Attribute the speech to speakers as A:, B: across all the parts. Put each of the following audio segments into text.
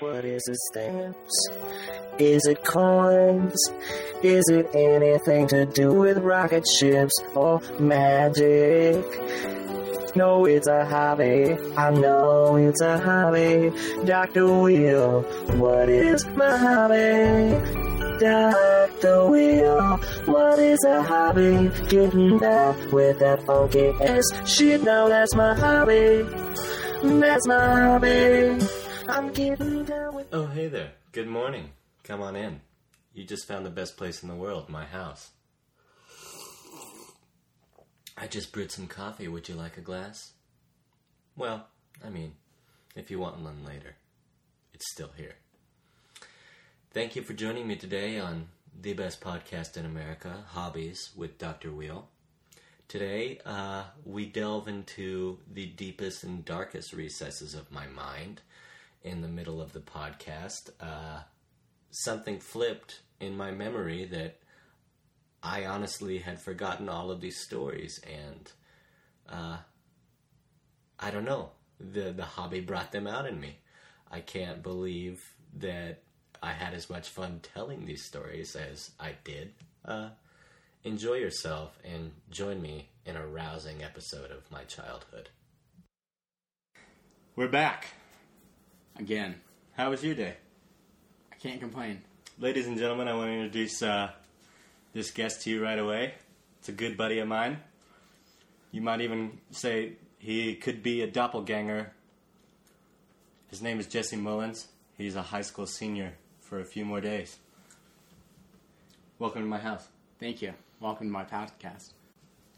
A: What is it stamps? Is it coins? Is it anything to do with rocket ships or magic? No, it's a hobby. I know it's a hobby. Dr. Wheel, what is my hobby? Dr. Wheel, what is a hobby? Getting down with that funky ass shit. Now that's my hobby. That's my hobby. I'm getting down with.
B: Oh, hey there. Good morning. Come on in. You just found the best place in the world, my house. I just brewed some coffee. Would you like a glass? Well, I mean, if you want one later, it's still here. Thank you for joining me today on the best podcast in America, Hobbies with Dr. Wheel. Today, uh, we delve into the deepest and darkest recesses of my mind in the middle of the podcast. Uh, something flipped in my memory that I honestly had forgotten all of these stories, and uh, I don't know. the The hobby brought them out in me. I can't believe that I had as much fun telling these stories as I did. Uh, enjoy yourself and join me in a rousing episode of my childhood.
C: We're back.
D: Again,
C: How was your day?
D: I can't complain.
C: Ladies and gentlemen, I want to introduce uh, this guest to you right away. It's a good buddy of mine. You might even say he could be a doppelganger. His name is Jesse Mullins. He's a high school senior for a few more days. Welcome to my house.
D: Thank you. Welcome to my podcast.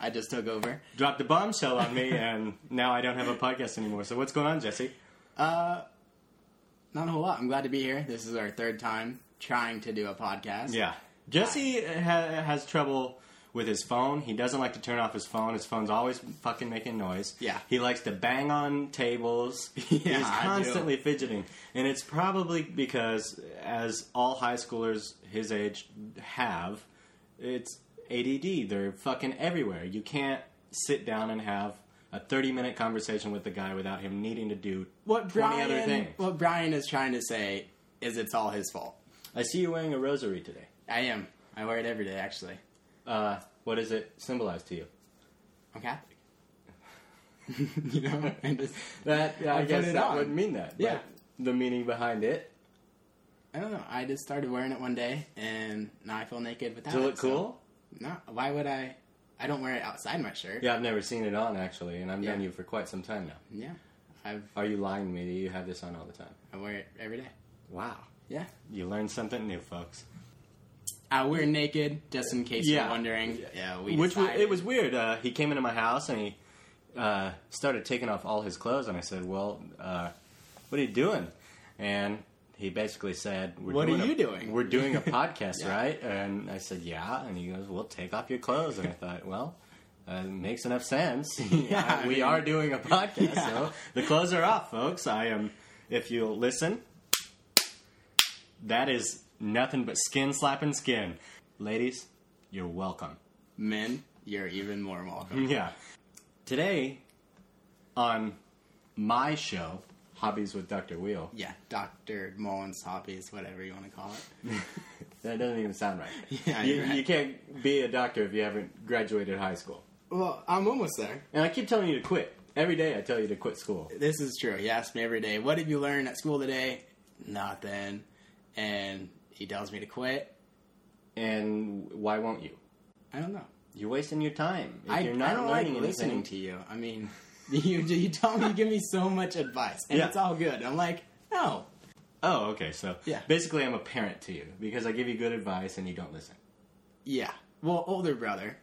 D: I just took over.
C: Dropped a bombshell on me, and now I don't have a podcast anymore. So, what's going on, Jesse?
D: Not a whole lot. I'm glad to be here. This is our third time trying to do a podcast.
C: Yeah. Jesse ha- has trouble with his phone. He doesn't like to turn off his phone. His phone's always fucking making noise.
D: Yeah.
C: He likes to bang on tables.
D: Yeah,
C: He's
D: I do.
C: constantly fidgeting. And it's probably because, as all high schoolers his age have, it's ADD. They're fucking everywhere. You can't sit down and have a 30 minute conversation with the guy without him needing to do
D: What
C: 20
D: Brian,
C: other things.
D: what Brian is trying to say is it's all his fault.
C: I see you wearing a rosary today.
D: I am. I wear it every day, actually.
C: Uh, what does it symbolize to you?
D: I'm Catholic. you know, and just,
C: That I,
D: put
C: guess
D: it
C: that
D: on.
C: would mean that. but
D: Yeah.
C: The meaning behind it.
D: I don't know. I just started wearing it one day, and now I feel naked without
C: Does it
D: it.
C: look
D: so-
C: cool?
D: no. Why would I? I don't wear it outside my shirt.
C: Yeah, I've never seen it on actually, and I've known
D: Yeah.
C: you for quite some time now.
D: Yeah. I've,
C: Are you lying to me that you have this on all the time?
D: I wear it every day.
C: Wow.
D: Yeah.
C: You learn something new, folks.
D: Uh, we're naked, just in case
C: Yeah.
D: you're wondering. Yeah, we
C: Which was,
D: decided.
C: it was weird. Uh, he came into my house and he uh, started taking off all his clothes, and I said, "Well, uh, what are you doing?" And he basically said, We're
D: What are
C: doing a-
D: you doing?
C: We're doing a podcast,
D: Yeah.
C: right?" And I said, "Yeah." And he goes, "Well, take off your clothes." And I thought, "Well." Uh, makes enough sense.
D: Yeah, I
C: we
D: mean-
C: are doing a podcast,
D: Yeah.
C: so the clothes are off, folks. I am. If you'll listen, that is nothing but skin slapping skin, ladies. You're welcome.
D: men. You're even more welcome.
C: Yeah. Today, on my show, Hobbies with Dr. Wheel,
D: yeah, Doctor Mullins hobbies, whatever you want to call it.
C: that doesn't even sound right.
D: Yeah,
C: you,
D: you're right.
C: you can't be a doctor if you haven't graduated high school.
D: Well, I'm almost there.
C: And I keep telling you to quit. Every day I tell you to quit school.
D: This is true. He asks me every day, "What did you learn at school today?" Nothing, and he tells me to quit.
C: And why won't you?
D: I don't know.
C: You're wasting your time. If
D: I,
C: you're not
D: I don't like
C: learning
D: listening
C: anything,
D: to you. I mean, you you tell me, you give me so much advice, and
C: Yeah.
D: it's all good. I'm like, no,
C: Oh, okay. So
D: Yeah.
C: basically, I'm a parent to you because I give you good advice and you don't listen.
D: yeah. Well, older brother,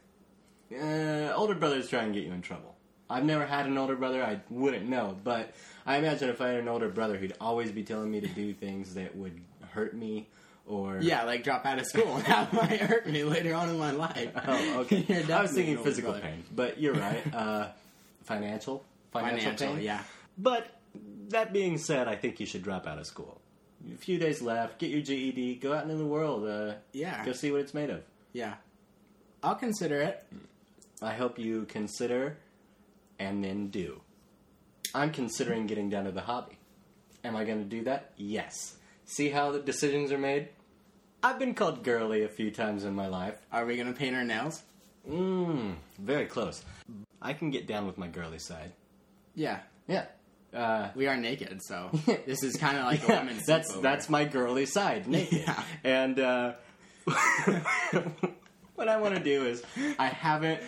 C: Uh, older brothers try and get you in trouble. I've never had an older brother, I wouldn't know, but I imagine if I had an older brother, he'd always be telling me to do things that would hurt me or.
D: Yeah, like drop out of school. That might hurt me later on in my life.
C: Oh, okay.
D: You're
C: I was
D: definitely an
C: thinking
D: older
C: physical
D: brother.
C: pain, but you're right. Uh, financial? Financial,
D: Financial,
C: pain?
D: yeah.
C: But that being said, I think you should drop out of school. A few days left, get your GED, go out into the world, uh,
D: Yeah.
C: go see what it's made of.
D: Yeah. I'll consider it.
C: I hope you consider and then do. I'm considering getting down to the hobby. Am I going to do that? Yes. See how the decisions are made? I've been called girly a few times in my life.
D: Are we gonna paint our nails?
C: Mmm, very close. I can get down with my girly side.
D: Yeah,
C: Yeah. Uh,
D: we are naked, so this is kind of like a women's
C: that's
D: sleepover.
C: that's my girly side, naked.
D: Yeah.
C: And uh, what I want to do is, I haven't.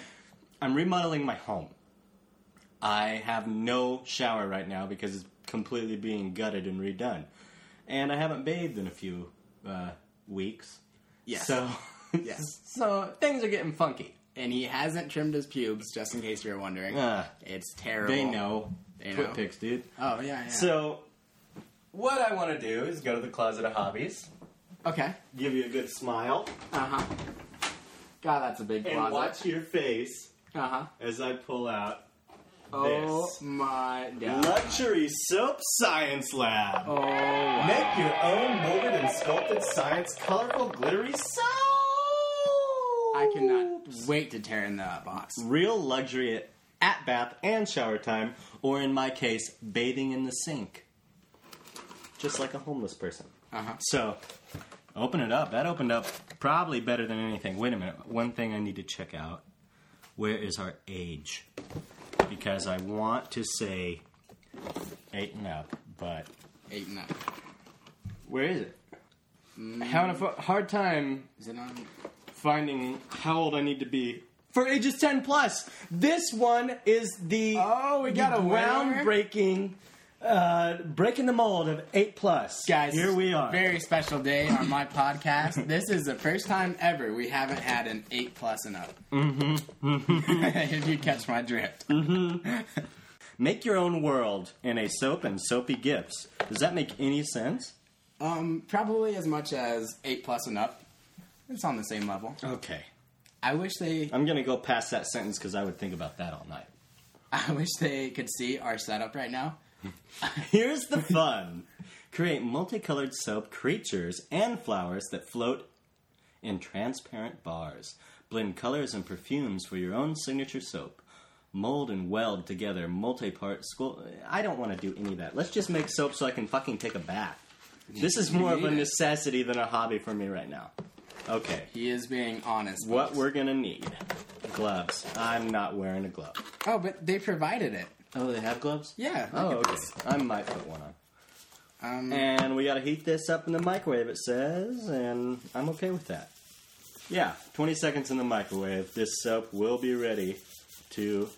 C: I'm remodeling my home. I have no shower right now because it's completely being gutted and redone, and I haven't bathed in a few uh, weeks.
D: yes.
C: So,
D: Yes.
C: so things are getting funky.
D: and he hasn't trimmed his pubes, just in case you're wondering.
C: Uh,
D: it's terrible.
C: they know.
D: They
C: Twit
D: know.
C: pics, dude.
D: Oh yeah. yeah.
C: So, what I want to do is go to the closet of hobbies,
D: okay.
C: give you a good smile.
D: Uh huh. God, that's a big
C: and
D: closet.
C: watch your face
D: Uh huh.
C: as I pull out
D: Oh
C: This.
D: my god.
C: Luxury Soap Science Lab.
D: Oh. wow.
C: Make your own molded and sculpted science colorful glittery soap.
D: I cannot wait to tear in that box.
C: Real luxury at, at bath and shower time, or in my case, bathing in the sink. Just like a homeless person.
D: Uh huh.
C: So, open it up. That opened up probably better than anything. Wait a minute. One thing I need to check out. Where is our age? Because I want to say eight and up, but
D: Eight and nine.
C: where is it? Having a f- hard time
D: Is it on?
C: finding how old I need to be for ages 10 plus. This one is the
D: Oh, we got
C: the
D: a winner.
C: groundbreaking, uh, breaking the mold of eight plus.
D: Guys,
C: here we are.
D: Very special day on my podcast. This is the first time ever we haven't had an eight plus and up. Mm-hmm. if you catch my drift.
C: Make your own world in a soap and soapy gifts. Does that make any sense?
D: Um, probably as much as eight plus and up. It's on the same level.
C: Okay.
D: I wish they,
C: I'm going to go past that sentence because I would think about that all night.
D: I wish they could see our setup right now.
C: Here's the fun create multicolored soap creatures and flowers that float in transparent bars. Blend colors and perfumes for your own signature soap. Mold and weld together multi part school. I don't want to do any of that. Let's just make soap so I can fucking take a bath. This is more of a
D: need it.
C: necessity than a hobby for me right now. Okay.
D: He is being honest.
C: What
D: folks.
C: we're gonna need gloves. I'm not wearing a glove.
D: Oh, but they provided it.
C: Oh, they have gloves?
D: Yeah.
C: Oh,
D: look at
C: okay.
D: this.
C: I might put one on.
D: Um,
C: And we gotta heat this up in the microwave, it says, and I'm okay with that. Yeah, 20 seconds in the microwave. This soap will be ready to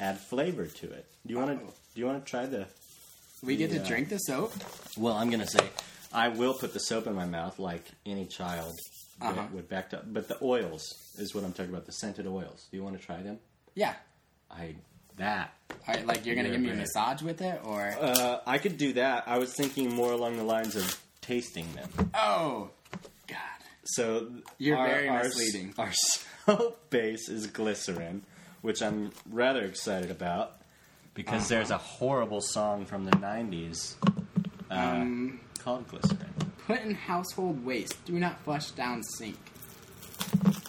C: add flavor to it. Do you wanna
D: Uh-oh.
C: do you wanna try the
D: we get
C: yeah.
D: to drink the soap.
C: Well, I'm gonna say I will put the soap in my mouth like any child that
D: Uh-huh.
C: would back up. But the oils is what I'm talking about, the scented oils. Do you wanna try them?
D: Yeah.
C: I that.
D: All right, like you're gonna
C: Yeah,
D: give me a
C: right.
D: massage with it, or
C: Uh, I could do that. I was thinking more along the lines of tasting them.
D: oh, god,
C: So
D: You're very misleading.
C: Our soap base is glycerin, which I'm rather excited about because
D: Uh-huh.
C: there's a horrible song from the '90s uh,
D: Um,
C: called Glycerin.
D: put in household waste. Do not flush down sink.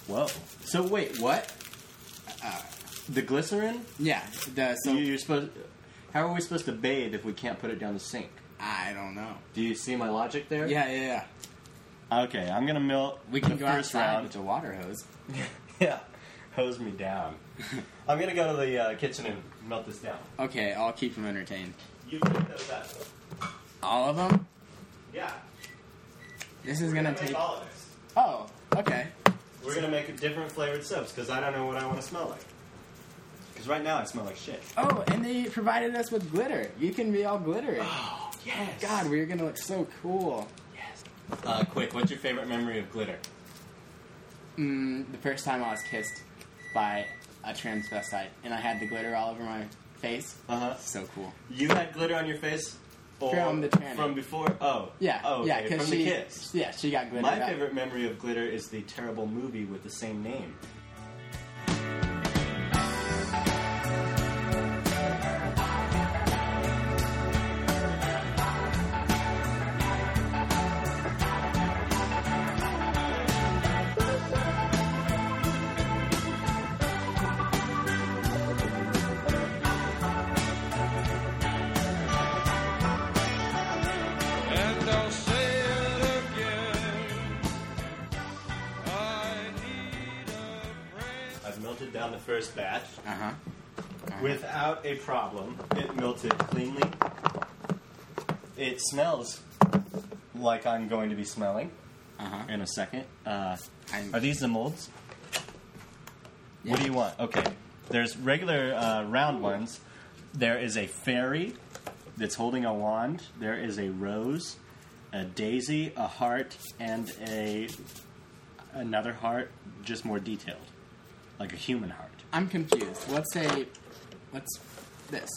C: Whoa! So wait, what? the glycerin?
D: Yeah, the
C: So
D: soap.
C: you're supposed. How are we supposed to bathe if we can't put it down the sink?
D: I don't know.
C: Do you see my logic there?
D: Yeah, yeah, yeah.
C: Okay, I'm gonna melt.
D: We can
C: the
D: go
C: first
D: outside
C: round.
D: with a water hose.
C: Yeah, hose me down. I'm gonna go to the uh, kitchen and melt this down.
D: Okay, I'll keep them entertained.
C: You pick those up.
D: All of them.
C: Yeah.
D: This is
C: We're
D: gonna
C: make
D: take.
C: all of this.
D: Oh, okay.
C: We're gonna make different flavored soaps because I don't know what I want to smell like. Because right now I smell like shit.
D: Oh, and they provided us with glitter. You can be all glittery.
C: Oh yes.
D: God, we're gonna look so cool.
C: Yes. Uh, quick, what's your favorite memory of glitter?
D: Mm, the first time I was kissed by a transvestite, and I had the glitter all over my face.
C: Uh huh.
D: So cool.
C: You had glitter on your face. Or
D: From the tranny.
C: From before. Oh.
D: Yeah.
C: Oh.
D: yeah,
C: okay, From the
D: she,
C: kiss.
D: Yeah, she got glitter.
C: My
D: up.
C: favorite memory of glitter is the terrible movie with the same name.
E: And I'll say
C: I've melted down the first batch.
D: Uh huh.
C: Without a problem, it melted cleanly. It smells like I'm going to be smelling
D: Uh huh.
C: in a second. Uh,
D: I'm-
C: are these the molds? What
D: Yeah.
C: do you want? Okay, there's regular uh, round ones. There is a fairy that's holding a wand. There is a rose, a daisy, a heart, and a another heart, just more detailed, like a human heart.
D: I'm confused. What's a what's this?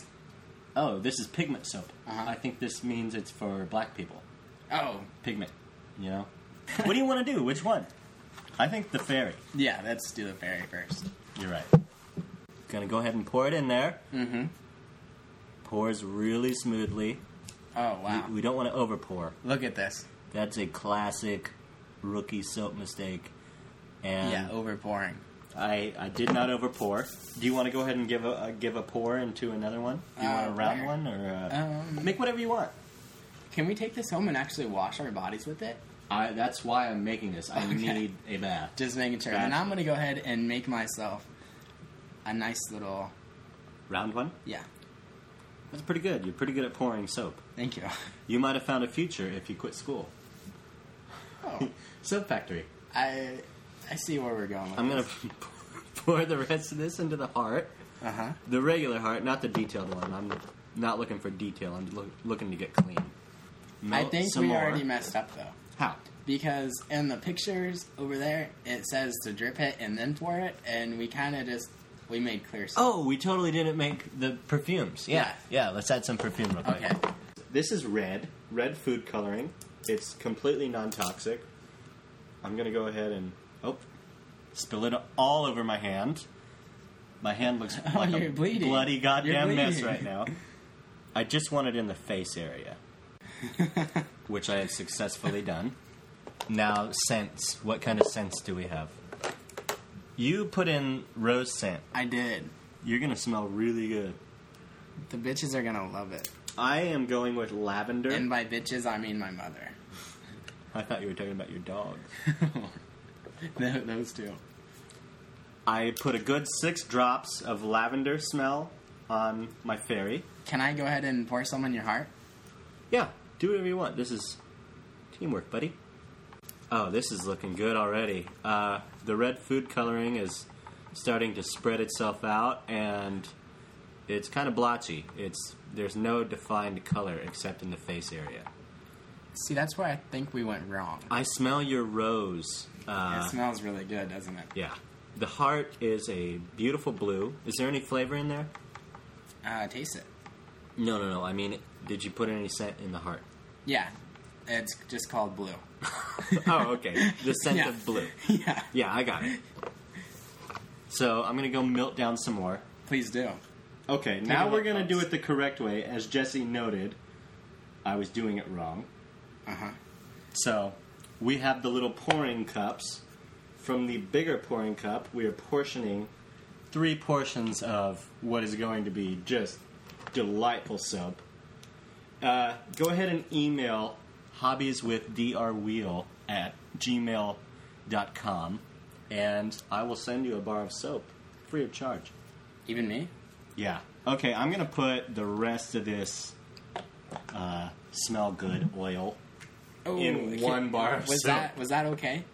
C: Oh, this is pigment soap.
D: Uh-huh.
C: I think this means it's for black people.
D: Oh,
C: Pigment, you know. what do you want to do? Which one? I think the fairy.
D: yeah. Let's do the fairy first.
C: You're right. Gonna go ahead and pour it in there. Mm-hmm. Pours really smoothly.
D: Oh wow!
C: We don't want to over pour.
D: Look at this.
C: That's a classic rookie soap mistake. And
D: Yeah, overpouring.
C: I, I did not over pour. Do you want to go ahead and give a uh, give a pour into another one? Do you
D: Uh,
C: want a round
D: where?
C: one or uh,
D: Um,
C: make whatever you want?
D: Can we take this home and actually wash our bodies with it?
C: I that's why I'm making this. I
D: Okay.
C: need a bath.
D: Just making sure. And I'm gonna go ahead and make myself a nice little
C: Round one.
D: yeah.
C: That's pretty good. You're pretty good at pouring soap.
D: Thank you.
C: You might have found a future if you quit school.
D: Oh,
C: Soap factory.
D: I I see where we're going. With
C: I'm gonna pour the rest of this into the heart,
D: Uh huh.
C: the regular heart, not the detailed one. I'm not looking for detail. I'm look, looking to get clean.
D: I
C: Melt
D: think
C: Oh, some
D: we
C: more.
D: already messed up though.
C: How?
D: because in the pictures over there it says to drip it and then pour it and we kind of just we made clear so
C: Oh, we totally didn't make the perfumes. Yeah, yeah. let's add some perfume real quick.
D: okay
C: This is red, red food coloring. It's completely non-toxic. I'm gonna go ahead and oh, spill it all over my hand. My hand looks
D: Oh,
C: like a
D: you're bleeding.
C: bloody
D: You're
C: goddamn mess
D: bleeding.
C: right now. I just want it in the face area, which I have successfully done. Now scents. What kind of scents do we have? You put in rose scent.
D: i did
C: You're gonna smell really good.
D: the bitches are gonna love it
C: I am going with lavender.
D: and by bitches i mean my mother
C: I thought you were talking about your dog.
D: Th- those two
C: I put a good six drops of lavender smell on my fairy.
D: can i go ahead and pour some in your heart
C: Yeah, do whatever you want. This is teamwork, buddy. Oh, this is looking good already. Uh, the red food coloring is starting to spread itself out, and it's kind of blotchy. It's there's no defined color except in the face area.
D: see that's where i think we went wrong
C: I smell your rose.
D: it
C: Uh,
D: smells really good doesn't it
C: yeah, the heart is a beautiful blue. Is there any flavor in there?
D: uh, taste it
C: No, no, no. I mean, did you put any scent in the heart?
D: yeah it's just called blue
C: oh, okay. The scent
D: Yeah.
C: of blue.
D: yeah
C: Yeah, I got it. So I'm gonna go melt down some more.
D: please do
C: Okay,
D: a
C: now
D: look,
C: we're gonna do
D: folks.
C: it the correct way. As Jesse noted, I was doing it wrong.
D: uh-huh
C: So we have the little pouring cups. From the bigger pouring cup, we are portioning three portions of what is going to be just delightful soap. Uh, go ahead and email hobbieswithdrwheel at gmail.com and I will send you a bar of soap free of charge.
D: even me
C: Yeah. Okay, I'm gonna put the rest of this uh, smell good oil.
D: oh,
C: In one bar of
D: was
C: soap.
D: that was that okay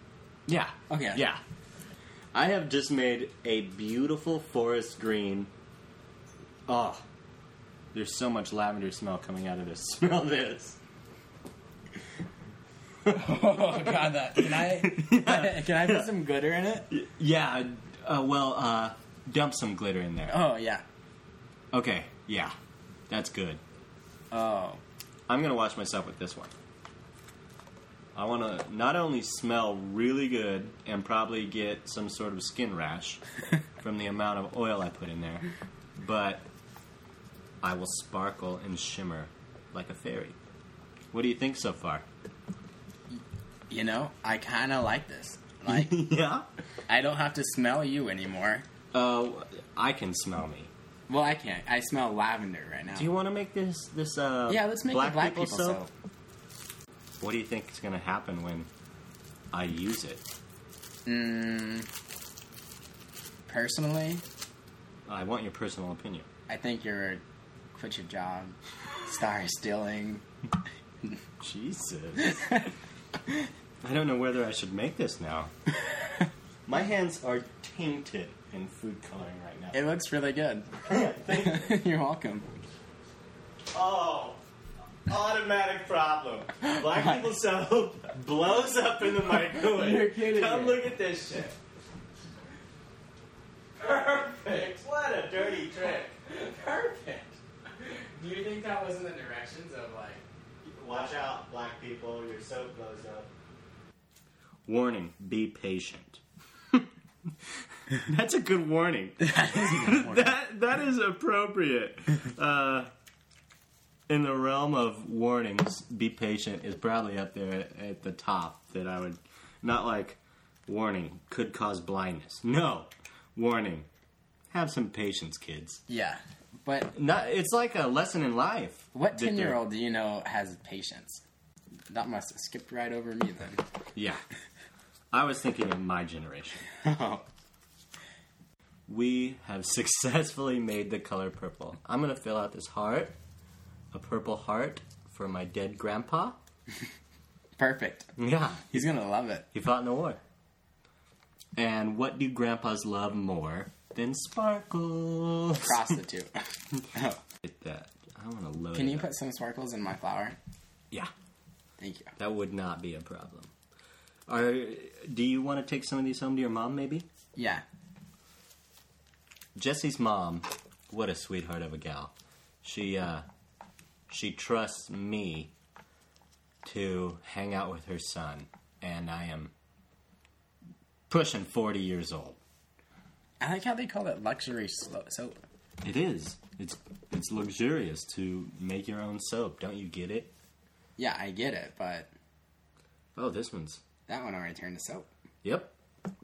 C: Yeah.
D: Okay.
C: Yeah. I have just made a beautiful forest green. Oh, there's so much lavender smell coming out of this. Smell this.
D: Oh god, that can I can I put some glitter in it?
C: Yeah. Uh, well, uh, dump some glitter in there.
D: Oh yeah.
C: Okay. Yeah. That's good.
D: Oh
C: I'm gonna wash myself with this one. I want to not only smell really good and probably get some sort of skin rash from the amount of oil I put in there, but I will sparkle and shimmer like a fairy. What do you think so far?
D: you know, I kinda like this. Like
C: yeah.
D: I don't have to smell you anymore.
C: Uh, I can smell me.
D: Well I can't. I smell lavender right now.
C: Do you want to make this this uh
D: yeah, let's make
C: black,
D: it black
C: people,
D: people, soap.
C: What do you think is gonna happen when I use it?
D: personally,
C: I want your personal opinion.
D: I think you're quit your job, start stealing.
C: Jesus. I don't know whether I should make this now. My hands are tainted in food coloring right now.
D: It looks really good.
C: Thank you.
D: you're welcome.
C: Oh, automatic problem. Black people soap blows up in the microwave.
D: You're kidding
C: Come
D: me.
C: look at this shit. Perfect. What a dirty trick.
D: Perfect. Do you think that was in the directions of like?
C: Watch out, black people. Your soap blows up. Warning: Be patient. That's a good warning. that that is appropriate. Uh, in the realm of warnings, be patient is probably up there at, at the top. That I would not like. Warning could cause blindness. No, warning. Have some patience, kids.
D: Yeah, but
C: Not. It's like a lesson in life.
D: what
C: that they're-
D: ten year old do you know has patience? That must have skipped right over me then.
C: Yeah, I was thinking of my generation.
D: oh,
C: We have successfully made the color purple. I'm gonna fill out this heart, a purple heart for my dead grandpa.
D: perfect.
C: Yeah,
D: He's gonna love it.
C: he fought in the war. And what do grandpas love more than sparkles?
D: Prostitute.
C: Get that. I want to load.
D: Can
C: it
D: you
C: up.
D: put some sparkles in my flower?
C: Yeah,
D: Thank you.
C: that would not be a problem. Are, do you want to take some of these home to your mom, maybe?
D: Yeah.
C: Jesse's mom, what a sweetheart of a gal. She uh, she trusts me to hang out with her son, and I am pushing forty years old.
D: I like how they call it luxury slo- soap.
C: It is. It's it's luxurious to make your own soap. Don't you get it?
D: Yeah, I get it, but
C: Oh, this one's.
D: that one already turned to soap.
C: Yep.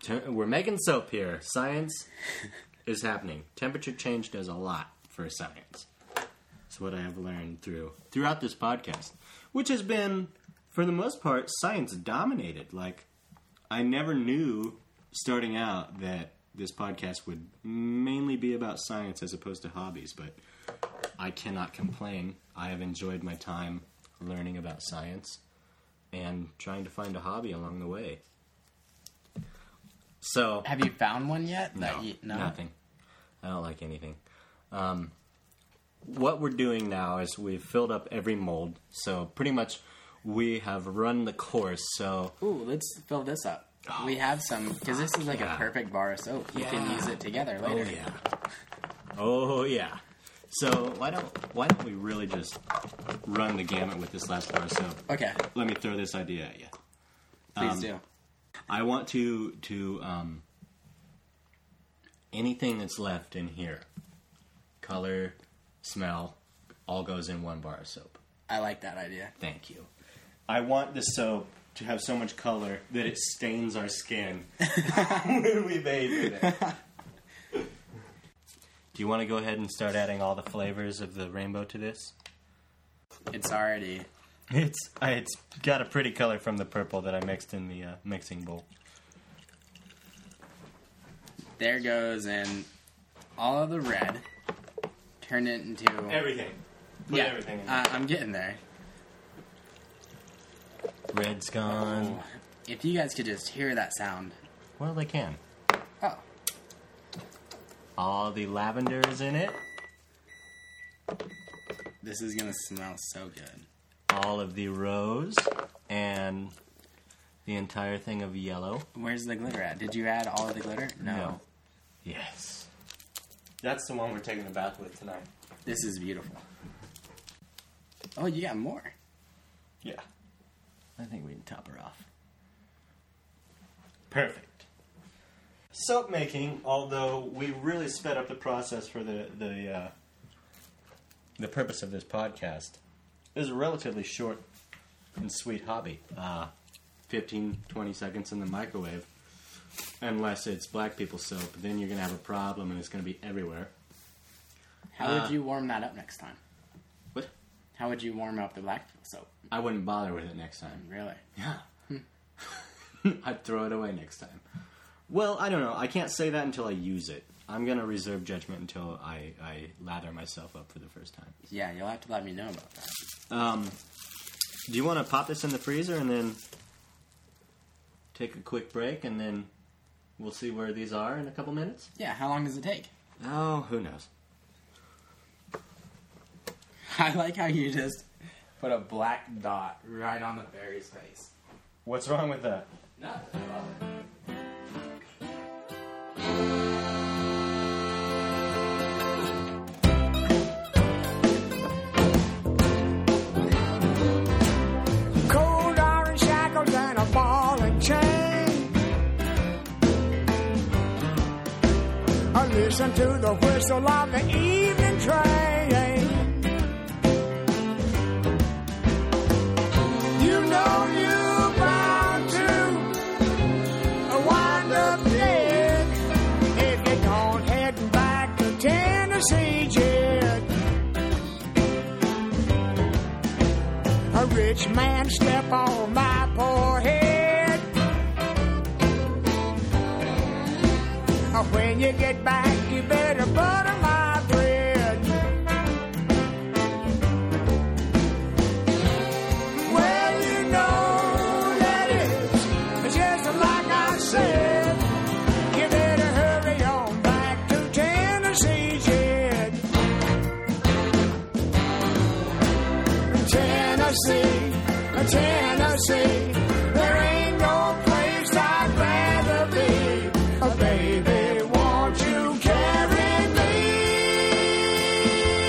C: Tur- We're making soap here. Science is happening. Temperature change does a lot for science. It's what I have learned through throughout this podcast, which has been, for the most part, science dominated. Like, I never knew starting out that this podcast would mainly be about science as opposed to hobbies, but I cannot complain. I have enjoyed my time learning about science and trying to find a hobby along the way. So
D: Have you found one yet?
C: no,
D: you,
C: nothing. I don't like anything. Um, what we're doing now is we've filled up every mold, so pretty much we have run the course. So
D: Ooh, let's fill this up. we have some because this is like
C: Oh, yeah.
D: a perfect bar of soap. You can
C: Yeah.
D: use it together later.
C: oh yeah. So why don't why don't we really just run the gamut with this last bar? So
D: Okay,
C: let me throw this idea at you.
D: please
C: Um,
D: do.
C: I want to to um, anything that's left in here, color, smell, all goes in one bar of soap.
D: I like that idea.
C: Thank you. I want the soap to have so much color that it stains our skin when we bathe in it. Do you want to go ahead and start adding all the flavors of the rainbow to this?
D: It's already
C: It's I- it's got a pretty color from the purple that I mixed in the uh, mixing bowl.
D: there goes and all of the red. Turn it into
C: Everything. Put
D: yeah.
C: everything in
D: uh, I'm getting there.
C: Red's gone.
D: If you guys could just hear that sound.
C: Well, they can.
D: Oh,
C: All the lavender is in it.
D: this is gonna smell so good.
C: All of the rose and the entire thing of yellow.
D: Where's the glitter at? Did you add all of the glitter? No.
C: No. Oh, Yes. That's the one we're taking the bath with tonight.
D: This is beautiful. Oh, you got more.
C: Yeah. I think we can top her off. Perfect. Soap making, although we really sped up the process for the the uh, the purpose of this podcast, is a relatively short and sweet hobby. Uh, 15, 20 seconds in the microwave, unless it's black people soap, then you're gonna have a problem and it's gonna be everywhere.
D: How would you warm that up next time?
C: What?
D: How would you warm up the black soap?
C: I wouldn't bother with it next time.
D: Really?
C: Yeah. I'd throw it away next time. Well, I don't know. I can't say that until I use it. I'm gonna reserve judgment until I, I lather myself up for the first time.
D: Yeah, you'll have to let me know about that.
C: Um, do you want to pop this in the freezer and then take a quick break and then we'll see where these are in a couple minutes?
D: Yeah, how long does it take?
C: Oh, who knows?
D: I like how you just put a black dot right on the fairy's face.
C: What's wrong with that?
D: Nothing.
E: Cold iron shackles and a ball and chain. I listen to the whistle of the evening train. You know you're bound to wind up dead if you don't head back to Tennessee, Jet. a rich man step on my poor head. Uh, When you get back, you better butter my bread. Well, you know that it's just like I said. You better hurry on back to Tennessee, Jed. Tennessee, Tennessee. There ain't no place I'd rather be. Oh, baby, won't you carry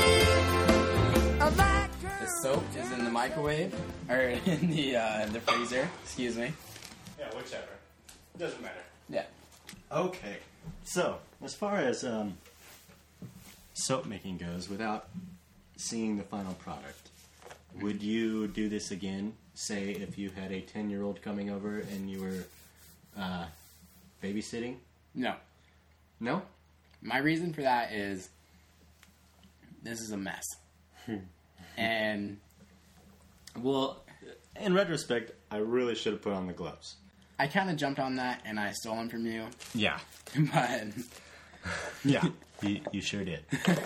E: me? Uh, back to-
D: The soap is in the microwave or in the uh, the freezer. Excuse me.
C: Yeah, whichever. Doesn't matter.
D: Yeah.
C: Okay. So, as far as um, soap making goes, without seeing the final product, would you do this again? Say, if you had a 10 year old coming over and you were uh, babysitting?
D: No.
C: No?
D: My reason for that is this is a mess, Hmm. and well,
C: In retrospect, I really should have put on the gloves.
D: I kind of jumped on that and I stole them from you,
C: Yeah.
D: but
C: Yeah. you, you sure did.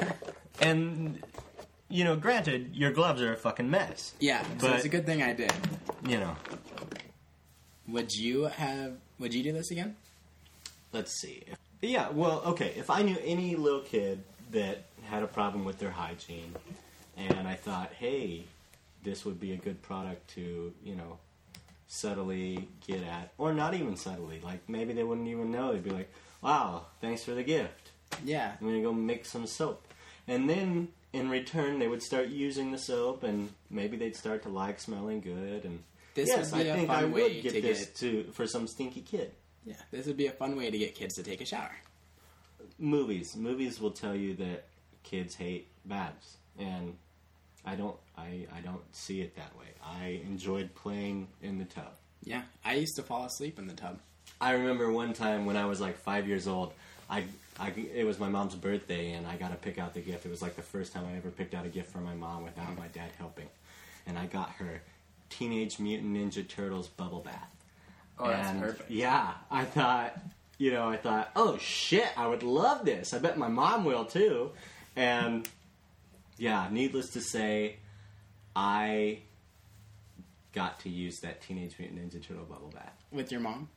C: and, you know, granted, your gloves are a fucking mess.
D: yeah, so
C: But-
D: it's a good thing I did.
C: You know,
D: Would you have? Would you do this again?
C: let's see. Yeah, well, okay. If I knew any little kid that had a problem with their hygiene, and I thought, hey, this would be a good product to, you know, subtly get at, or not even subtly, like maybe they wouldn't even know. They'd be like, wow, thanks for the gift.
D: Yeah.
C: I'm gonna go make some soap. And then in return, they would start using the soap, and maybe they'd start to like smelling good. And
D: This
C: yes,
D: would be
C: I
D: a
C: think
D: fun
C: I
D: way
C: would get
D: to
C: this
D: get-
C: to for some stinky kid.
D: Yeah. This would be a fun way to get kids to take a shower.
C: movies movies will tell you that kids hate baths and i don't i i don't see it that way i enjoyed playing in the tub
D: Yeah. I used to fall asleep in the tub.
C: i remember one time when i was like five years old i I, it was my mom's birthday, and I got to pick out the gift. It was like the first time I ever picked out a gift for my mom without my dad helping. And I got her Teenage Mutant Ninja Turtles bubble bath.
D: Oh, that's
C: And,
D: perfect.
C: Yeah, I thought, you know, I thought, oh shit, I would love this. I bet my mom will too. And yeah, needless to say, I got to use that Teenage Mutant Ninja Turtle bubble bath.
D: With your mom?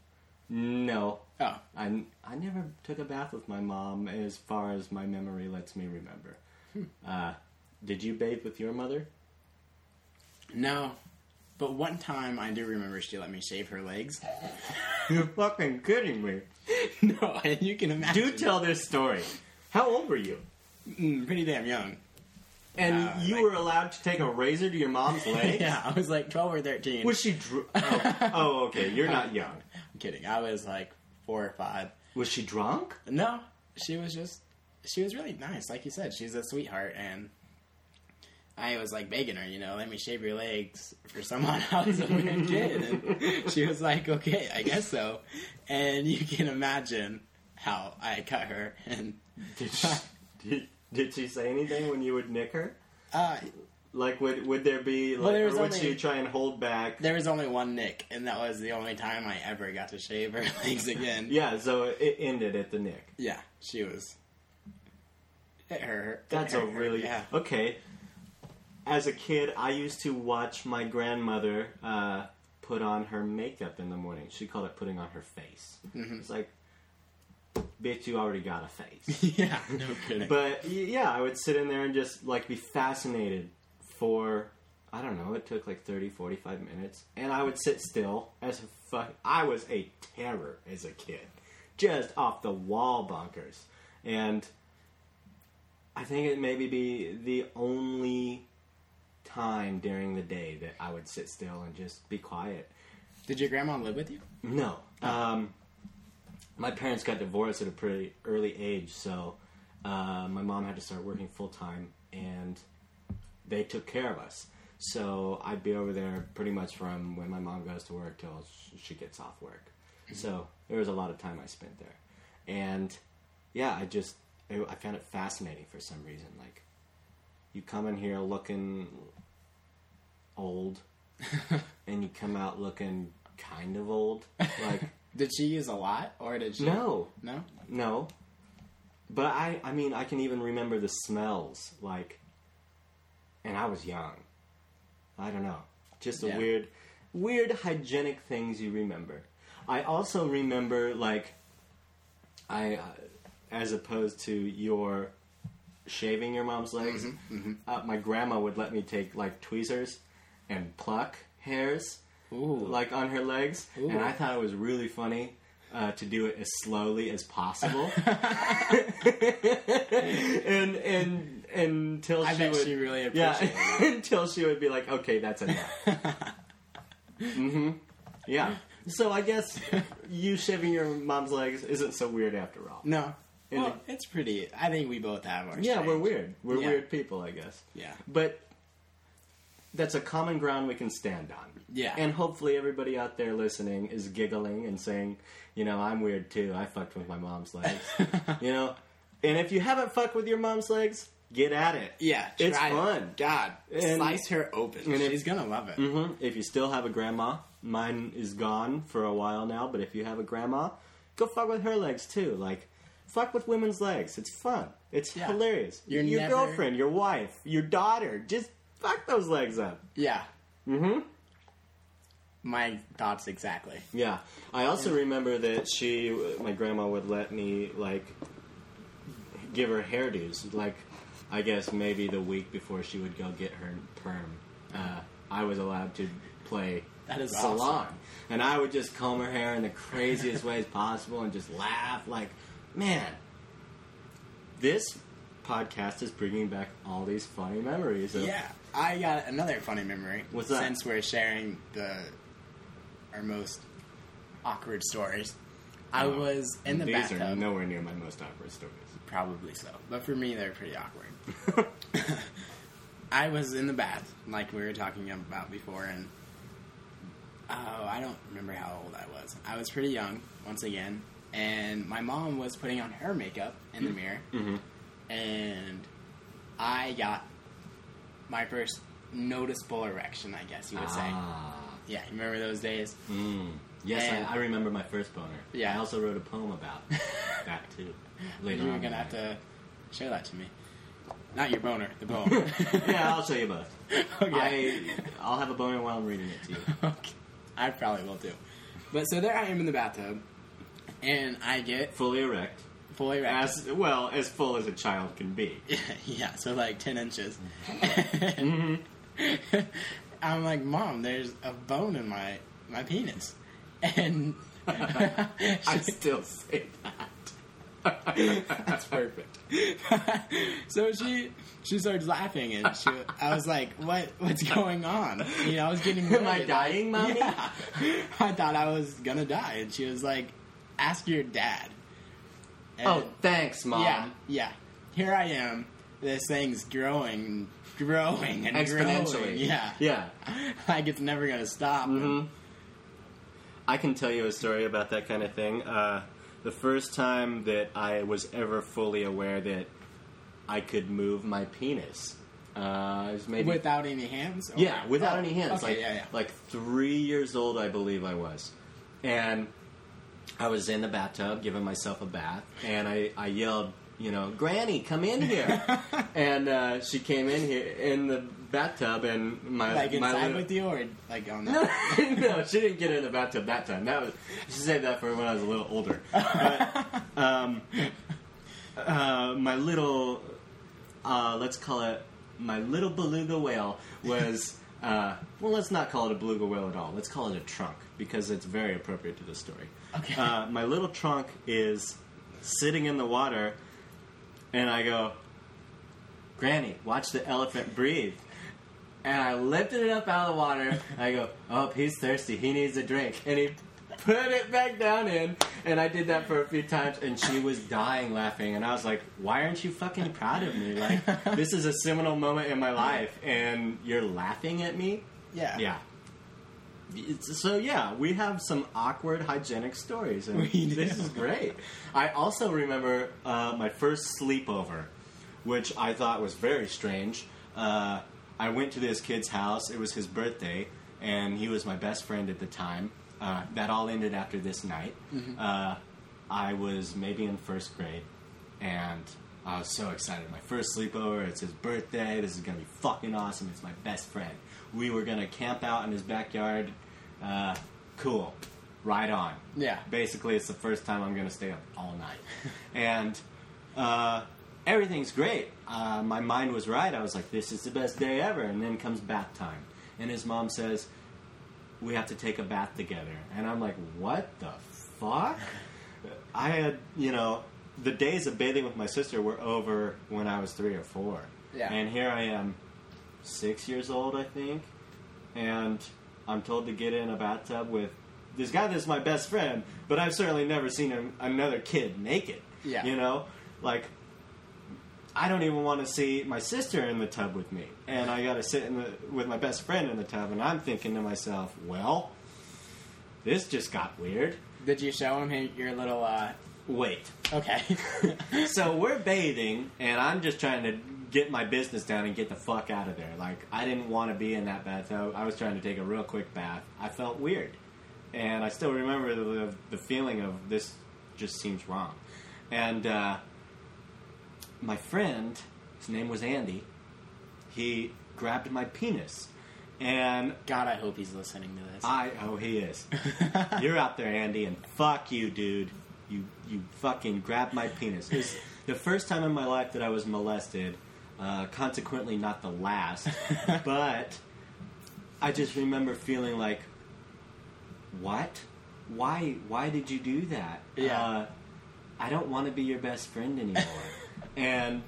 C: No,
D: Oh.
C: I, I never took a bath with my mom as far as my memory lets me remember.
D: Hmm.
C: Uh, did you bathe with your mother?
D: No. But one time I do remember she let me shave her legs.
C: You're fucking kidding me.
D: no, and you can imagine.
C: Do tell this story. How old were you?
D: Mm, pretty damn young.
C: And
D: Uh,
C: you
D: like-
C: were allowed to take a razor to your mom's leg?
D: Yeah, I was like 12 or 13.
C: Was she dr- oh, oh, okay. You're not young.
D: I'm kidding. I was like 4 or 5.
C: Was she drunk?
D: No, she was just. She was really nice. Like you said, she's a sweetheart. And I was like begging her, you know, let me shave your legs for someone else a weird kid. And she was like, okay, I guess so. And you can imagine how I cut her. And
C: Did she, did, did she say anything when you would nick her?
D: Uh,
C: Like, would would there be like,
D: Well, there
C: or
D: was
C: would
D: only-
C: she try and hold back?
D: There was only one nick, and that was the only time I ever got to shave her legs again.
C: Yeah, so it- it ended at the nick.
D: Yeah, she was. It hurt. her- it
C: That's a
D: hurt her,
C: really
D: yeah.
C: okay. As a kid, I used to watch my grandmother uh, put on her makeup in the morning. She called it putting on her face.
D: Mm-hmm.
C: It's like, bitch, you already got a face.
D: yeah, no kidding.
C: but y- yeah, I would sit in there and just like be fascinated for I don't know. It took like 30, 45 minutes, and I would sit still as a fuck. I was a terror as a kid, just off the wall bonkers, and. I think it maybe be the only time during the day that I would sit still and just be quiet.
D: Did your grandma live with you?
C: No. Um, my parents got divorced at a pretty early age, so uh, my mom had to start working full time, and they took care of us. So I'd be over there pretty much from when my mom goes to work till sh- she gets off work. So there was a lot of time I spent there, and yeah, I just I I found it fascinating for some reason. Like you come in here looking old, and you come out looking kind of old. Like
D: Did she use a lot, or did she?
C: no,
D: No?
C: no. But I, I mean, I can even remember the smells, like, and I was young. I don't know, just a
D: Yeah.
C: weird, weird hygienic things you remember. I also remember, like, I, uh, as opposed to your shaving your mom's legs, Uh, my grandma would let me take like tweezers and pluck hairs
D: Ooh.
C: like on her legs,
D: Ooh.
C: and I thought it was really funny uh, to do it as slowly as possible, and and until
D: I
C: she
D: bet
C: would,
D: she really appreciated
C: yeah, until she would be like, okay, that's enough. hmm Yeah. So I guess you shaving your mom's legs isn't so weird after all.
D: No.
C: And
D: well, it's pretty. I think we both have our.
C: Yeah, we're
D: strange-
C: weird. We're
D: Yeah.
C: weird people, I guess.
D: Yeah.
C: But that's a common ground we can stand on.
D: Yeah.
C: And hopefully everybody out there listening is giggling and saying, you know, I'm weird too. I fucked with my mom's legs. you know? And if you haven't fucked with your mom's legs, get at it.
D: Yeah,
C: It's
D: try it.
C: fun.
D: God,
C: And-
D: slice her open.
C: and if-
D: She's gonna love it.
C: Mhm. If you still have a grandma, mine is gone for a while now, but if you have a grandma, go fuck with her legs too. Like, fuck with women's legs. It's fun. It's
D: Yeah.
C: hilarious.
D: You're
C: your
D: never-
C: girlfriend, your wife, your daughter, just fuck those legs up.
D: Yeah. Mm-hmm. My thoughts exactly.
C: Yeah. I also remember that she, my grandma would let me, like, give her hairdos. Like, I guess maybe the week before she would go get her perm, uh, I was allowed to play
D: That is
C: salon.
D: awesome.
C: And I would just comb her hair in the craziest ways possible and just laugh. Like, man, this podcast is bringing back all these funny memories of
D: Yeah, I got another funny memory.
C: What's that?
D: Since we're sharing the our most awkward stories, I was in the
C: Oh. these
D: bathtub.
C: are nowhere near my most awkward stories.
D: Probably so, but for me, they're pretty awkward. I was in the bath, like we were talking about before, and oh, I don't remember how old I was. I was pretty young, once again, and my mom was putting on her makeup in the mirror, Mm-hmm. and I got my first noticeable erection, I guess you would say.
C: Ah.
D: Yeah, you remember those days?
C: Mm. Yes,
D: And-
C: I, I remember my first boner.
D: Yeah.
C: I also wrote a poem about that too. Later
D: you were
C: on in
D: gonna have
C: life.
D: to show that to me. Not your boner, the bone.
C: yeah, I'll show you both.
D: okay.
C: I, I'll have a boner while I'm reading it to you.
D: Okay. I probably will too. But so there I am in the bathtub, and I get
C: Fully erect,
D: fully wrapped.
C: as well as full as a child can be.
D: yeah, so like 10 inches.
C: Mm-hmm.
D: I'm like, Mom, there's a bone in my, my penis. And
C: I still say that.
D: That's perfect. so she she starts laughing and she I was like, What what's going on? You know, I was getting
C: Am I
D: worried.
C: dying, mommy?
D: Yeah. I thought I was gonna die and she was like, Ask your dad. And-
C: Oh, thanks, mom.
D: yeah, yeah. Here I am. This thing's growing growing and
C: Exponentially.
D: growing. Yeah.
C: Yeah.
D: Like it's never gonna stop.
C: Mhm. I can tell you a story about that kind of thing. Uh, the first time that I was ever fully aware that I could move my penis Uh, it was maybe
D: Without any hands? Or-
C: yeah, without any hands.
D: Okay,
C: like
D: yeah, yeah.
C: like three years old, I believe I was, and I was in the bathtub giving myself a bath, and I I yelled, you know, Granny, come in here, and uh, she came in here in the bathtub, and my
D: Like
C: my
D: inside
C: little-
D: with you or like on
C: no,
D: that?
C: no, she didn't get in the bathtub that time. That was she saved that for when I was a little older. But, um, uh, my little, uh, let's call it my little beluga whale was. Uh, well, let's not call it a beluga whale at all. Let's call it a trunk because it's very appropriate to this story.
D: Okay.
C: Uh, my little trunk is sitting in the water, and I go, Granny, watch the elephant breathe. And I lifted it up out of the water. I go, oh, he's thirsty. He needs a drink. And he put it back down in. And I did that for a few times. And she was dying laughing. And I was like, why aren't you fucking proud of me? Like, this is a seminal moment in my life. And you're laughing at me?
D: Yeah.
C: Yeah. It's, so yeah, we have some awkward hygienic stories, and
D: We do.
C: this is great. I also remember uh, my first sleepover, which I thought was very strange. Uh, I went to this kid's house. It was his birthday, and he was my best friend at the time. Uh, that all ended after this night.
D: Mm-hmm.
C: Uh, I was maybe in first grade, and I was so excited. My first sleepover. It's his birthday. This is gonna be fucking awesome. It's my best friend. We were gonna camp out in his backyard. Uh, cool. Right on.
D: Yeah.
C: Basically, it's the first time I'm gonna stay up all night, and uh, everything's great. Uh, my mind was right. I was like, this is the best day ever. And then comes bath time, and his mom says, we have to take a bath together. And I'm like, what the fuck? I had, you know, the days of bathing with my sister were over when I was three or four.
D: Yeah.
C: And here I am, six years old, I think, and I'm told to get in a bathtub with this guy that's my best friend, but I've certainly never seen an another kid naked.
D: Yeah.
C: You know? Like, I don't even want to see my sister in the tub with me, and I got to sit in the, with my best friend in the tub, and I'm thinking to myself, well, this just got weird.
D: Did you show him hi- your little, uh,
C: Wait.
D: okay.
C: So we're bathing, and I'm just trying to get my business down and get the fuck out of there. Like, I didn't want to be in that bathtub. I was trying to take a real quick bath. I felt weird. And I still remember the, the feeling of this just seems wrong. And uh, my friend, his name was Andy, he grabbed my penis. And
D: God, I hope he's listening to this.
C: I oh he is. You're out there, Andy, and fuck you, dude. You you fucking grabbed my penis. It's the first time in my life that I was molested. Uh, consequently, not the last. but I just remember feeling like, what? Why? Why did you do that?
D: Yeah.
C: Uh, I don't want to be your best friend anymore. and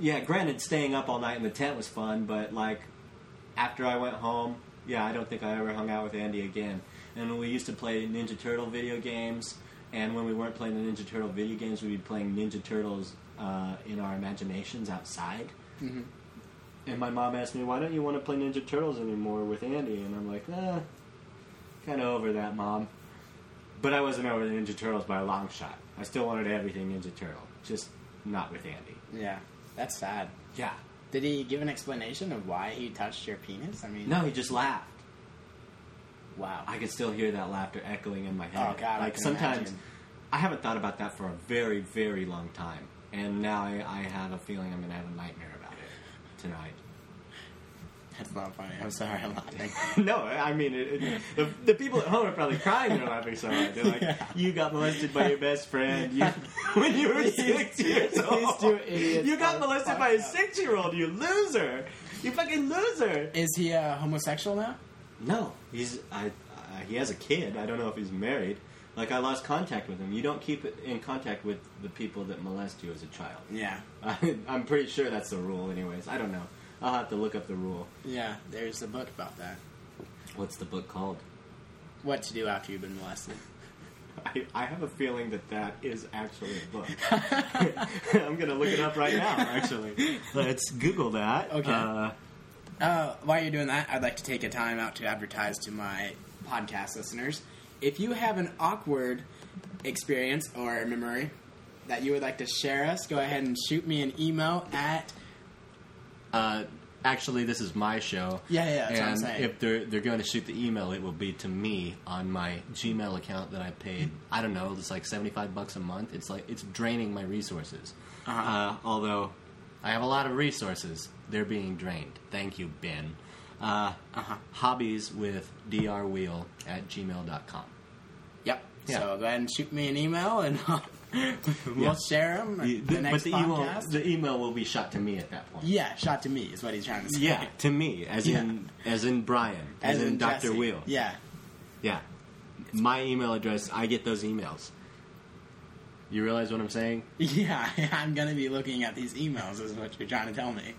C: yeah, granted, staying up all night in the tent was fun, but like after I went home, yeah, I don't think I ever hung out with Andy again. And we used to play Ninja Turtle video games, and when we weren't playing the Ninja Turtle video games, we'd be playing Ninja Turtles uh, in our imaginations outside. And my mom asked me, "Why don't you want to play Ninja Turtles anymore with Andy?" And I'm like, "Eh, kind of over that, mom." But I wasn't over the Ninja Turtles by a long shot. I still wanted everything Ninja Turtle, just not with Andy.
D: yeah. That's sad.
C: Yeah.
D: Did he give an explanation of why he touched your penis? I mean,
C: No, he just laughed.
D: Wow.
C: I can still hear that laughter echoing in my head.
D: Oh, God, I
C: like
D: can
C: sometimes
D: imagine.
C: I haven't thought about that for a very, very long time, and now I, I have a feeling I'm gonna have a nightmare about it tonight.
D: That's not funny. I'm sorry. I'm laughing.
C: no, I mean it, it, the, the people at home are probably crying. They're laughing so hard. They're like,
D: Yeah.
C: "You got molested by your best friend you, when you were six years old.
D: two idiots
C: you got
D: are
C: molested
D: fucked
C: by a
D: up."
C: six-year-old. You loser. You fucking loser."
D: Is he uh, homosexual now?
C: No, he's I, I, he has a kid. I don't know if he's married. Like I lost contact with him. You don't keep in contact with the people that molest you as a child.
D: Yeah.
C: I, I'm pretty sure that's the rule, anyways. I don't know. I'll have to look up the rule.
D: Yeah. There's a book about that.
C: What's the book called?
D: What to do after you've been molested.
C: I, I have a feeling that that is actually a book. I'm gonna look it up right now. Actually, let's Google that.
D: Okay.
C: Uh,
D: Uh, while you're doing that, I'd like to take a time out to advertise to my podcast listeners. If you have an awkward experience or memory that you would like to share us, go ahead and shoot me an email at
C: uh, actually, this is my show.
D: Yeah, yeah, that's what I'm
C: and
D: saying.
C: if they're they're going to shoot the email, it will be to me on my Gmail account that I paid. I don't know, it's like seventy five bucks a month. It's like it's draining my resources.
D: Uh-huh.
C: Uh, although I have a lot of resources, they're being drained. Thank you, Ben. Uh,
D: Uh-huh.
C: Hobbies with drwheel at gmail.com.
D: Yep.
C: Yeah.
D: So go ahead and shoot me an email, and we'll
C: Yeah.
D: share them.
C: The,
D: the next
C: but the email,
D: podcast.
C: the email will be shot to me at that point.
D: yeah, shot to me is what he's trying to say.
C: Yeah, to me, as
D: Yeah.
C: in as in Brian, as, in, Doctor
D: Jesse.
C: Wheel.
D: Yeah.
C: Yeah. my email address. I get those emails. You realize what I'm saying?
D: Yeah, I'm gonna be looking at these emails. Is what you're trying to tell me?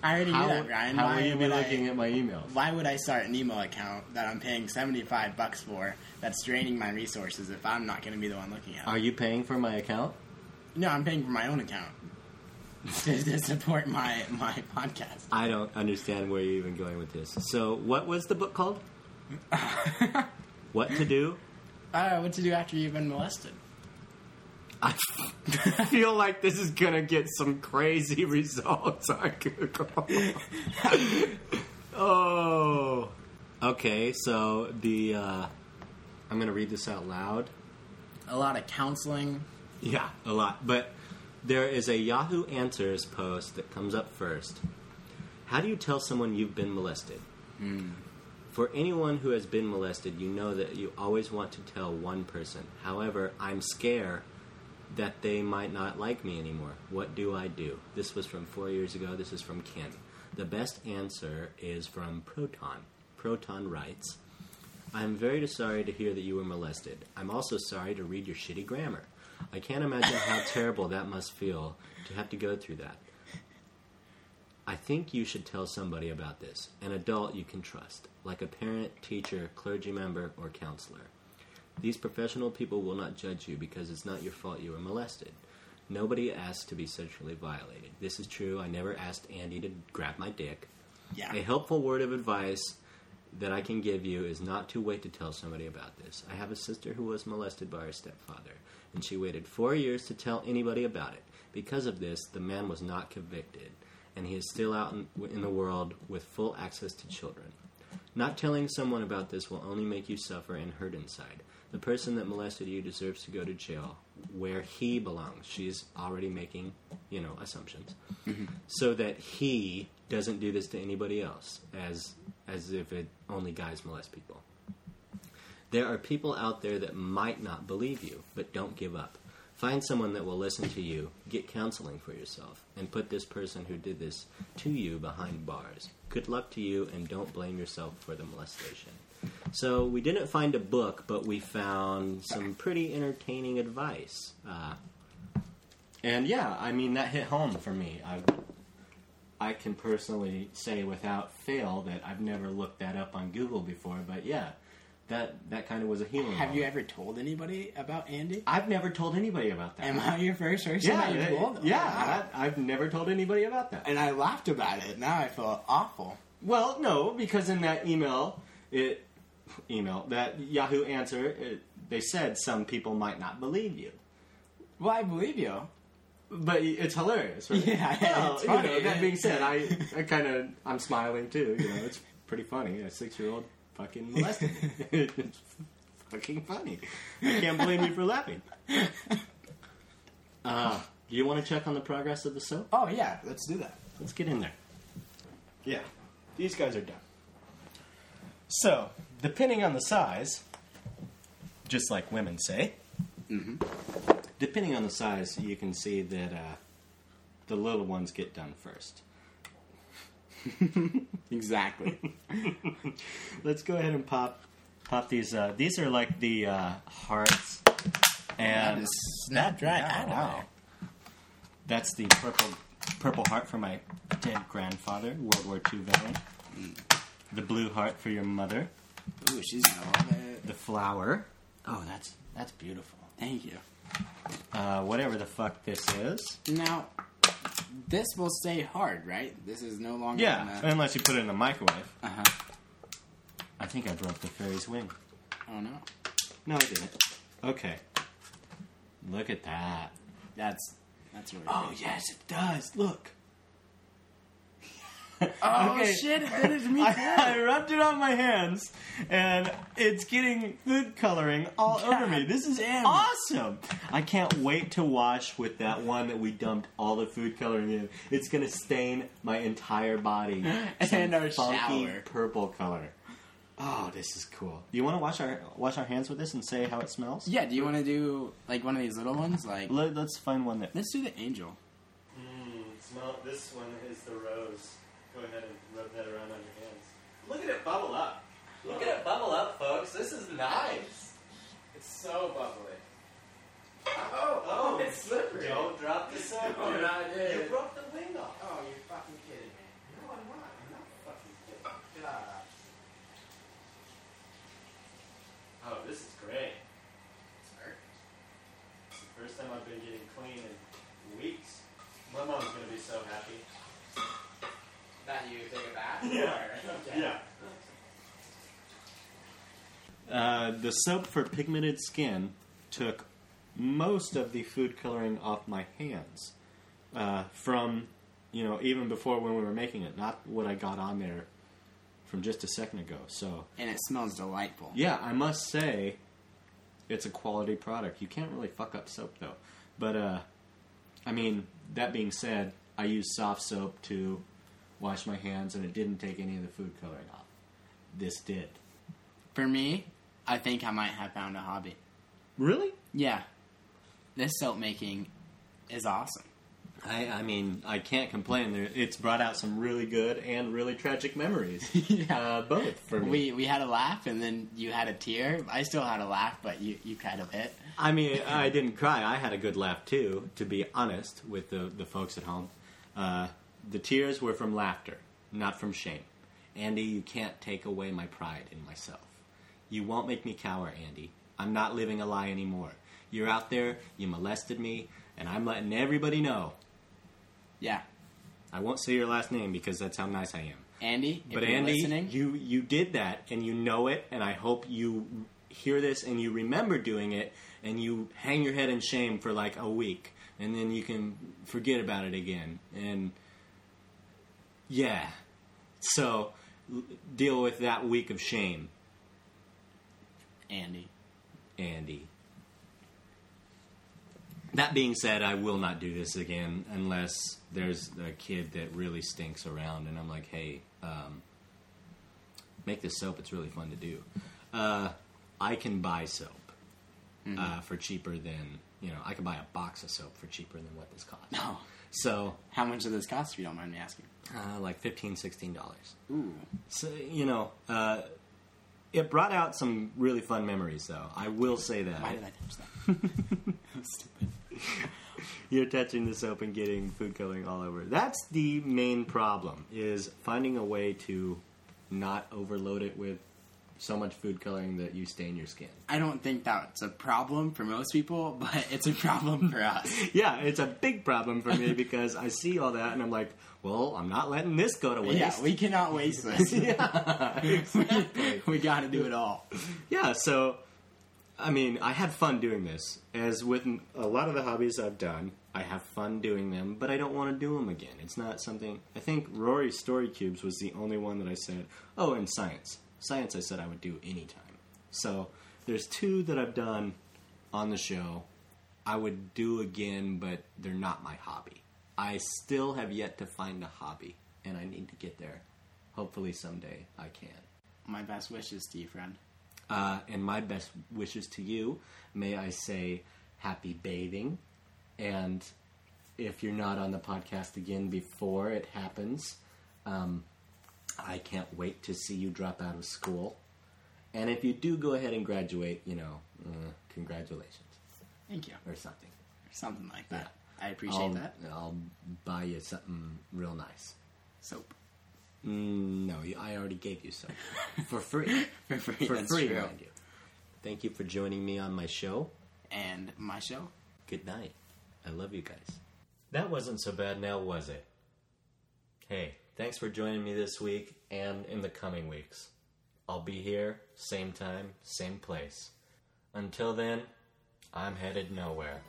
D: I already knew that, Ryan.
C: how
D: Why
C: will you be
D: would I-
C: looking at my emails?
D: Why would I start an email account that I'm paying 75 bucks for? That's draining my resources if I'm not gonna be the one looking at. it?
C: Are you paying for my account?
D: No, I'm paying for my own account to, to support my my podcast.
C: I don't understand where you're even going with this. So, what was the book called? what to do?
D: Uh, what to do after you've been molested?
C: I feel like this is gonna get some crazy results on Google. oh, okay. So the uh, I'm gonna read this out loud.
D: A lot of counseling.
C: Yeah, a lot. But there is a Yahoo Answers post that comes up first. How do you tell someone you've been molested? For anyone who has been molested, you know that you always want to tell one person. However, I'm scared that they might not like me anymore. What do I do? This was from four years ago. This is from Ken. The best answer is from Proton. Proton writes I'm very sorry to hear that you were molested. I'm also sorry to read your shitty grammar. I can't imagine how terrible that must feel to have to go through that. I think you should tell somebody about this, an adult you can trust, like a parent, teacher, clergy member, or counselor. These professional people will not judge you because it's not your fault you were molested. Nobody asked to be sexually violated. This is true. I never asked Andy to grab my dick.
D: Yeah.
C: A helpful word of advice that I can give you is not to wait to tell somebody about this. I have a sister who was molested by her stepfather, and she waited four years to tell anybody about it. Because of this, the man was not convicted, and he is still out in, in the world with full access to children. Not telling someone about this will only make you suffer and hurt inside. The person that molested you deserves to go to jail where he belongs. She's already making, you know, assumptions so that he doesn't do this to anybody else as as if it only guys molest people there are people out there that might not believe you but don't give up find someone that will listen to you get counseling for yourself and put this person who did this to you behind bars good luck to you and don't blame yourself for the molestation so we didn't find a book but we found some pretty entertaining advice uh, and yeah, I mean that hit home for me. I I can personally say without fail that I've never looked that up on Google before, but yeah, that that kind of was a healing.
D: Have you
C: moment.
D: ever told anybody about Andy?
C: I've never told anybody about that.
D: Am I your first person
C: yeah,
D: that you told?
C: that- yeah. I, I've never told anybody about that.
D: And I laughed about it. Now I feel awful.
C: Well, no, because in that email, it email that Yahoo answer, it, they said some people might not believe you.
D: Well, I believe you.
C: But it's hilarious, right?
D: Yeah,
C: Well,
D: it's
C: you know,
D: funny.
C: that being said, I, I kind of I'm smiling too. You know, it's pretty funny. A six year old fucking molested. me. it's fucking funny. I can't blame you for laughing. Uh, do you want to check on the progress of the soap?
D: Oh yeah, let's do that.
C: Let's get in there. Yeah, these guys are done. So, depending on the size, just like women say, Mm-hmm. depending on the size, you can see that uh, the little ones get done first.
D: Exactly.
C: Let's go ahead and pop pop these. Uh, these are like the uh, hearts, and
D: Snap right
C: Yeah,
D: out of
C: wow.
D: there.
C: That's the purple purple heart for my dead grandfather, World War II veteran. The blue heart for your mother.
D: Ooh, she's gonna love it.
C: The flower. Oh, that's that's beautiful.
D: Thank you.
C: Uh, whatever the fuck this is.
D: Now, this will stay hard, right? This is no longer.
C: Yeah,
D: Gonna,
C: unless you put it in the microwave.
D: uh-huh.
C: I think I broke the fairy's wing.
D: I don't know.
C: No, I didn't. Okay. Look at that.
D: Oh,
C: Oh,
D: That's that's really.
C: yes, it does. Look.
D: Oh
C: Okay.
D: shit! It did it to me.
C: I, I rubbed it on my hands, and it's getting food coloring all over me. This is awesome. I can't wait to wash with that one that we dumped all the food coloring in. It's gonna stain my entire body.
D: and our
C: Funky
D: shower.
C: purple color. Oh, this is cool. Do you want to wash our wash our hands with this and say how it smells?
D: Yeah. Do you want to do like one of these little ones? Like
C: Let, us find one that.
D: let's do the angel.
C: smell. This one is the rose. Go ahead and rub that around on your hands. Look at it bubble up.
B: Look at it bubble up, folks. This is nice.
F: It's so bubbly.
B: Oh,
F: it's slippery.
B: Don't drop the soap.
F: Oh,
B: dude.
F: I did.
B: You broke the wing off.
F: Oh, you're fucking kidding me. No, I'm not. I'm not fucking kidding. God.
C: Oh, this is great.
F: It's perfect.
C: It's the first time I've been getting clean in weeks. My mom's gonna be so happy.
F: That you take a bath? Or,
C: Yeah. Uh, the soap for pigmented skin took most of the food coloring off my hands uh, from, you know, even before when we were making it, not what I got on there from just a second ago. So,
D: And it smells delightful.
C: yeah, I must say it's a quality product. You can't really fuck up soap though. But uh I mean, that being said, I use soft soap to wash my hands and it didn't take any of the food coloring off. This did.
D: For me, I think I might have found a hobby.
C: Really?
D: Yeah. This soap making is awesome.
C: I, I mean, I can't complain. There, it's brought out some really good and really tragic memories. uh, both for me.
D: We we had a laugh and then you had a tear. I still had a laugh, but you, you cried a bit.
C: I mean, I didn't cry. I had a good laugh too, to be honest with the, the folks at home. Uh, the tears were from laughter, not from shame. Andy, you can't take away my pride in myself. You won't make me cower, Andy. I'm not living a lie anymore. You're out there, you molested me, and I'm letting everybody know.
D: Yeah.
C: I won't say your last name because that's how nice I am.
D: Andy, if
C: But
D: you're
C: Andy,
D: listening,
C: you you did that, and you know it, and I hope you hear this and you remember doing it, and you hang your head in shame for like a week, and then you can forget about it again, and yeah, so l- deal with that week of shame,
D: Andy.
C: Andy. That being said, I will not do this again unless there's a kid that really stinks around, and I'm like, hey, um, make this soap. It's really fun to do. Uh, I can buy soap
D: Mm-hmm.
C: uh, for cheaper than you know. I can buy a box of soap for cheaper than what this costs.
D: Oh.
C: So,
D: How much does this cost if you don't mind me asking?
C: uh, like $15, 16 dollars.
D: Ooh.
C: So, you know, uh, it brought out some really fun memories, though. I will say that.
D: Why did I touch that? Stupid.
C: you're touching the soap and getting food coloring all over. That's the main problem is finding a way to not overload it with so much food coloring that you stain your skin.
D: I don't think that's a problem for most people, but it's a problem for us.
C: Yeah, it's a big problem for me because I see all that and I'm like, well, I'm not letting this go to waste.
D: Yeah, we cannot waste this. we, we gotta do it all.
C: yeah, so I mean, I had fun doing this. As with m- a lot of the hobbies I've done, I have fun doing them, but I don't want to do them again. It's not something. I think Rory's Story Cubes was the only one that I said, oh, and science. Science I said I would do anytime. So there's two that I've done on the show I would do again, but they're not my hobby. I still have yet to find a hobby, and I need to get there. Hopefully, someday I can.
D: My best wishes to you, friend.
C: Uh, and my best wishes to you. May I say happy bathing. And if you're not on the podcast again before it happens, um, I can't wait to see you drop out of school. And if you do go ahead and graduate, you know, uh, congratulations
D: Thank you.
C: or something.
D: Something like that. I appreciate
C: I'll,
D: that.
C: I'll buy you something real nice.
D: Soap.
C: Mm, no, you- I already gave you some for free.
D: For free.
C: for
D: that's
C: free,
D: true.
C: mind you. Thank you for joining me on my show.
D: And my show.
C: Good night. I love you guys. That wasn't so bad now, was it? Hey, thanks for joining me this week and in the coming weeks. I'll be here, same time, same place. Until then, I'm headed nowhere.